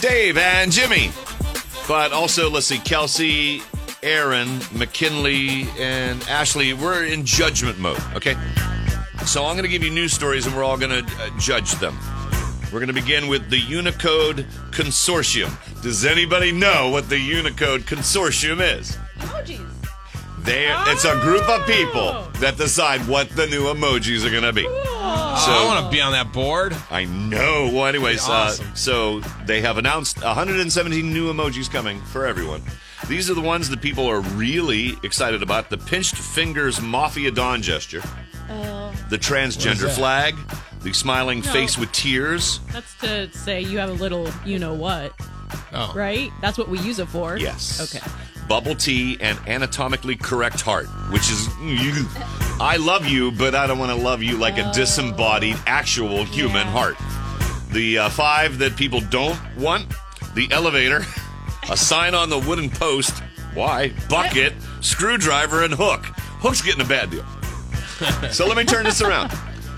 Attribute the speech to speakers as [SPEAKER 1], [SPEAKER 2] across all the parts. [SPEAKER 1] Dave and Jimmy. But also, let's see, Kelsey, Aaron, McKinley, and Ashley, we're in judgment mode, okay? So I'm going to give you news stories and we're all going to uh, judge them. We're going to begin with the Unicode Consortium. Does anybody know what the Unicode Consortium is?
[SPEAKER 2] Emojis.
[SPEAKER 1] They, It's a group of people that decide what the new emojis are going to be.
[SPEAKER 3] So I want to be on that board.
[SPEAKER 1] I know. Well, anyways,
[SPEAKER 3] Awesome.
[SPEAKER 1] uh, so they have announced 117 new emojis coming for everyone. These are the ones that people are really excited about: the pinched fingers mafia don gesture,
[SPEAKER 2] Oh,
[SPEAKER 1] the transgender
[SPEAKER 3] that?
[SPEAKER 1] flag, the smiling
[SPEAKER 2] No.
[SPEAKER 1] face with tears.
[SPEAKER 2] that's to say you have a little, you know what,
[SPEAKER 3] Oh,
[SPEAKER 2] right? That's what we use it for.
[SPEAKER 1] Yes.
[SPEAKER 2] Okay.
[SPEAKER 1] Bubble tea and anatomically correct heart, which is I love you, but I don't want to love you like a disembodied actual human heart. The uh, five that people don't want: the elevator, a sign on the wooden post. Why? Bucket, screwdriver, and hook. Hook's getting a bad deal. So let me turn this around.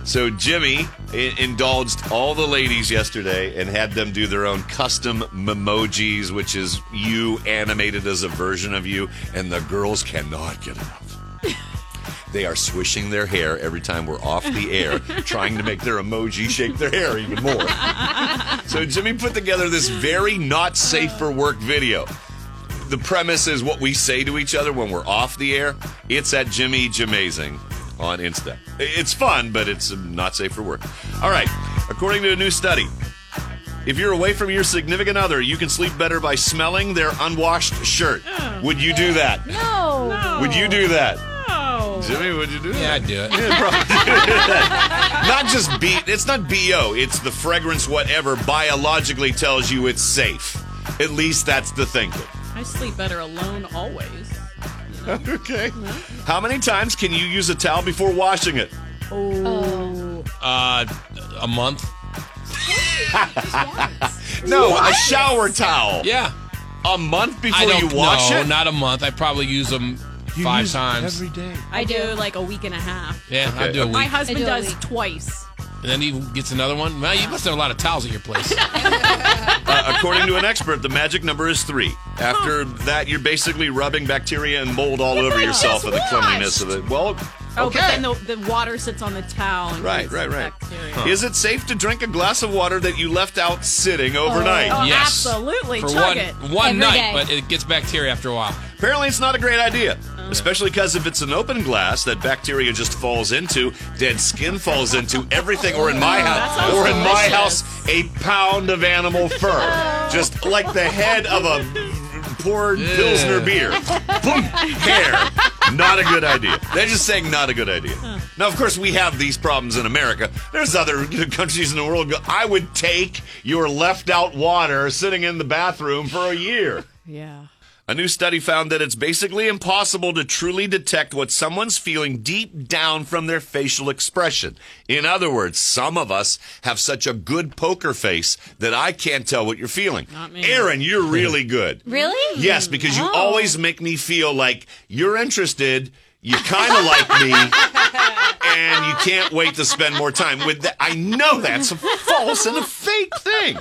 [SPEAKER 1] So Jimmy i- indulged all the ladies yesterday and had them do their own custom memojis, which is you animated as a version of you, and the girls cannot get enough. They are swishing their hair every time we're off the air, trying to make their emoji shake their hair even more. So Jimmy put together this very not safe for work video. The premise is what we say to each other when we're off the air. It's at Jimmy Jamazing on Insta. It's fun, but it's um, not safe for work. All right. According to a new study, if you're away from your significant other, you can sleep better by smelling their unwashed shirt. Would you do that?
[SPEAKER 2] Oh. No. no.
[SPEAKER 1] Would you do that?
[SPEAKER 2] No.
[SPEAKER 1] Jimmy, would you do
[SPEAKER 3] yeah,
[SPEAKER 1] that?
[SPEAKER 3] I'd do it.
[SPEAKER 1] Not just B. It's not BO. It's the fragrance, whatever biologically tells you it's safe. At least that's the thinking.
[SPEAKER 2] I sleep better alone always.
[SPEAKER 1] Okay. How many times can you use a towel before washing it?
[SPEAKER 2] Oh.
[SPEAKER 3] Uh, a month.
[SPEAKER 1] No, a shower towel.
[SPEAKER 3] Yeah.
[SPEAKER 1] A month
[SPEAKER 3] I
[SPEAKER 1] before
[SPEAKER 3] don't
[SPEAKER 1] you wash
[SPEAKER 3] no,
[SPEAKER 1] it?
[SPEAKER 3] Not a month. I probably use them five times.
[SPEAKER 1] day.
[SPEAKER 2] I do like a week and a half.
[SPEAKER 3] yeah, I do a week.
[SPEAKER 2] My husband
[SPEAKER 4] I do a
[SPEAKER 2] does
[SPEAKER 4] week.
[SPEAKER 2] twice.
[SPEAKER 3] and then he gets another one. Well, you must have a lot of towels at your place.
[SPEAKER 1] Uh, according to an expert, the magic number is three. After that, you're basically rubbing bacteria and mold all over
[SPEAKER 2] I
[SPEAKER 1] yourself
[SPEAKER 2] just
[SPEAKER 1] with the cleanliness of it. Well,
[SPEAKER 2] Oh,
[SPEAKER 1] okay.
[SPEAKER 2] but then the, the water sits on the towel. And
[SPEAKER 1] Right,
[SPEAKER 2] gets
[SPEAKER 1] right, right.
[SPEAKER 2] bacteria.
[SPEAKER 1] Is it safe to drink a glass of water that you left out sitting overnight?
[SPEAKER 2] Oh,
[SPEAKER 3] Yes.
[SPEAKER 2] absolutely.
[SPEAKER 3] For
[SPEAKER 2] Chug
[SPEAKER 3] one,
[SPEAKER 2] it.
[SPEAKER 3] one
[SPEAKER 4] Every
[SPEAKER 3] night,
[SPEAKER 4] day.
[SPEAKER 3] but it gets bacteria after a while.
[SPEAKER 1] Apparently, it's not a great idea, especially because if it's an open glass that bacteria just falls into, dead skin falls into everything, or in my house,
[SPEAKER 2] Oh, sounds
[SPEAKER 1] or in my
[SPEAKER 2] delicious.
[SPEAKER 1] house, a pound of animal fur, just like the head of a poor Pilsner beer. Boom, hair. Not a good idea. They're just saying not a good idea. Now, of course, we have these problems in America. There's other countries in the world. go, I would take your left out water sitting in the bathroom for a year.
[SPEAKER 2] Yeah.
[SPEAKER 1] A new study found that it's basically impossible to truly detect what someone's feeling deep down from their facial expression. In other words, some of us have such a good poker face that I can't tell what you're feeling.
[SPEAKER 2] Not me.
[SPEAKER 1] Aaron, you're really good.
[SPEAKER 4] Really?
[SPEAKER 1] Yes, because you
[SPEAKER 4] Oh.
[SPEAKER 1] always make me feel like you're interested, you kind of like me, and you can't wait to spend more time with that. I know that's a false and a fake thing.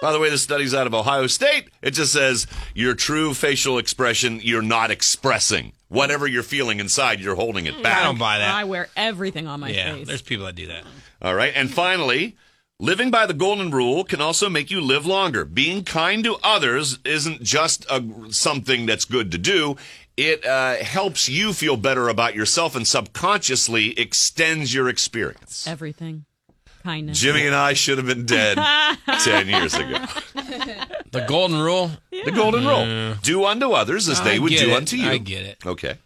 [SPEAKER 1] By the way, this study's out of Ohio State. It just says your true facial expression, you're not expressing. Whatever you're feeling inside, you're holding it back.
[SPEAKER 3] I don't buy that.
[SPEAKER 2] I wear everything on my
[SPEAKER 3] yeah,
[SPEAKER 2] face.
[SPEAKER 3] there's people that do that.
[SPEAKER 1] All right. And finally, living by the golden rule can also make you live longer. Being kind to others isn't just a, something that's good to do. It uh, helps you feel better about yourself and subconsciously extends your experience.
[SPEAKER 2] everything. Kindness.
[SPEAKER 1] Jimmy and I should have been dead 10 years ago.
[SPEAKER 3] The golden rule.
[SPEAKER 1] The golden rule do unto others as
[SPEAKER 3] I
[SPEAKER 1] they would
[SPEAKER 3] get
[SPEAKER 1] do
[SPEAKER 3] it.
[SPEAKER 1] unto you.
[SPEAKER 3] I get it.
[SPEAKER 1] Okay.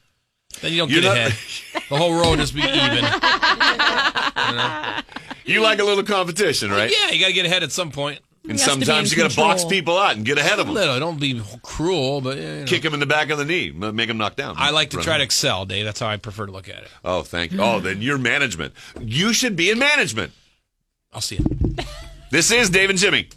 [SPEAKER 3] Then you don't
[SPEAKER 1] You're
[SPEAKER 3] get
[SPEAKER 1] not-
[SPEAKER 3] ahead. The whole road just be even. yeah,
[SPEAKER 1] You like a little competition, right?
[SPEAKER 3] you got to get ahead at some point.
[SPEAKER 1] And
[SPEAKER 2] has to be
[SPEAKER 1] sometimes
[SPEAKER 2] in
[SPEAKER 1] you got to box
[SPEAKER 2] control.
[SPEAKER 1] people out and get ahead of them.
[SPEAKER 3] Little, don't be cruel, but yeah, you know.
[SPEAKER 1] Kick them in the back of the knee, m- make them knock down.
[SPEAKER 3] I like to
[SPEAKER 1] Run
[SPEAKER 3] try to
[SPEAKER 1] them.
[SPEAKER 3] excel, Dave. That's how I prefer to look at it.
[SPEAKER 1] Oh, thank. Oh, then you're management. You should be in management.
[SPEAKER 3] I'll see you.
[SPEAKER 1] This is Dave and Jimmy.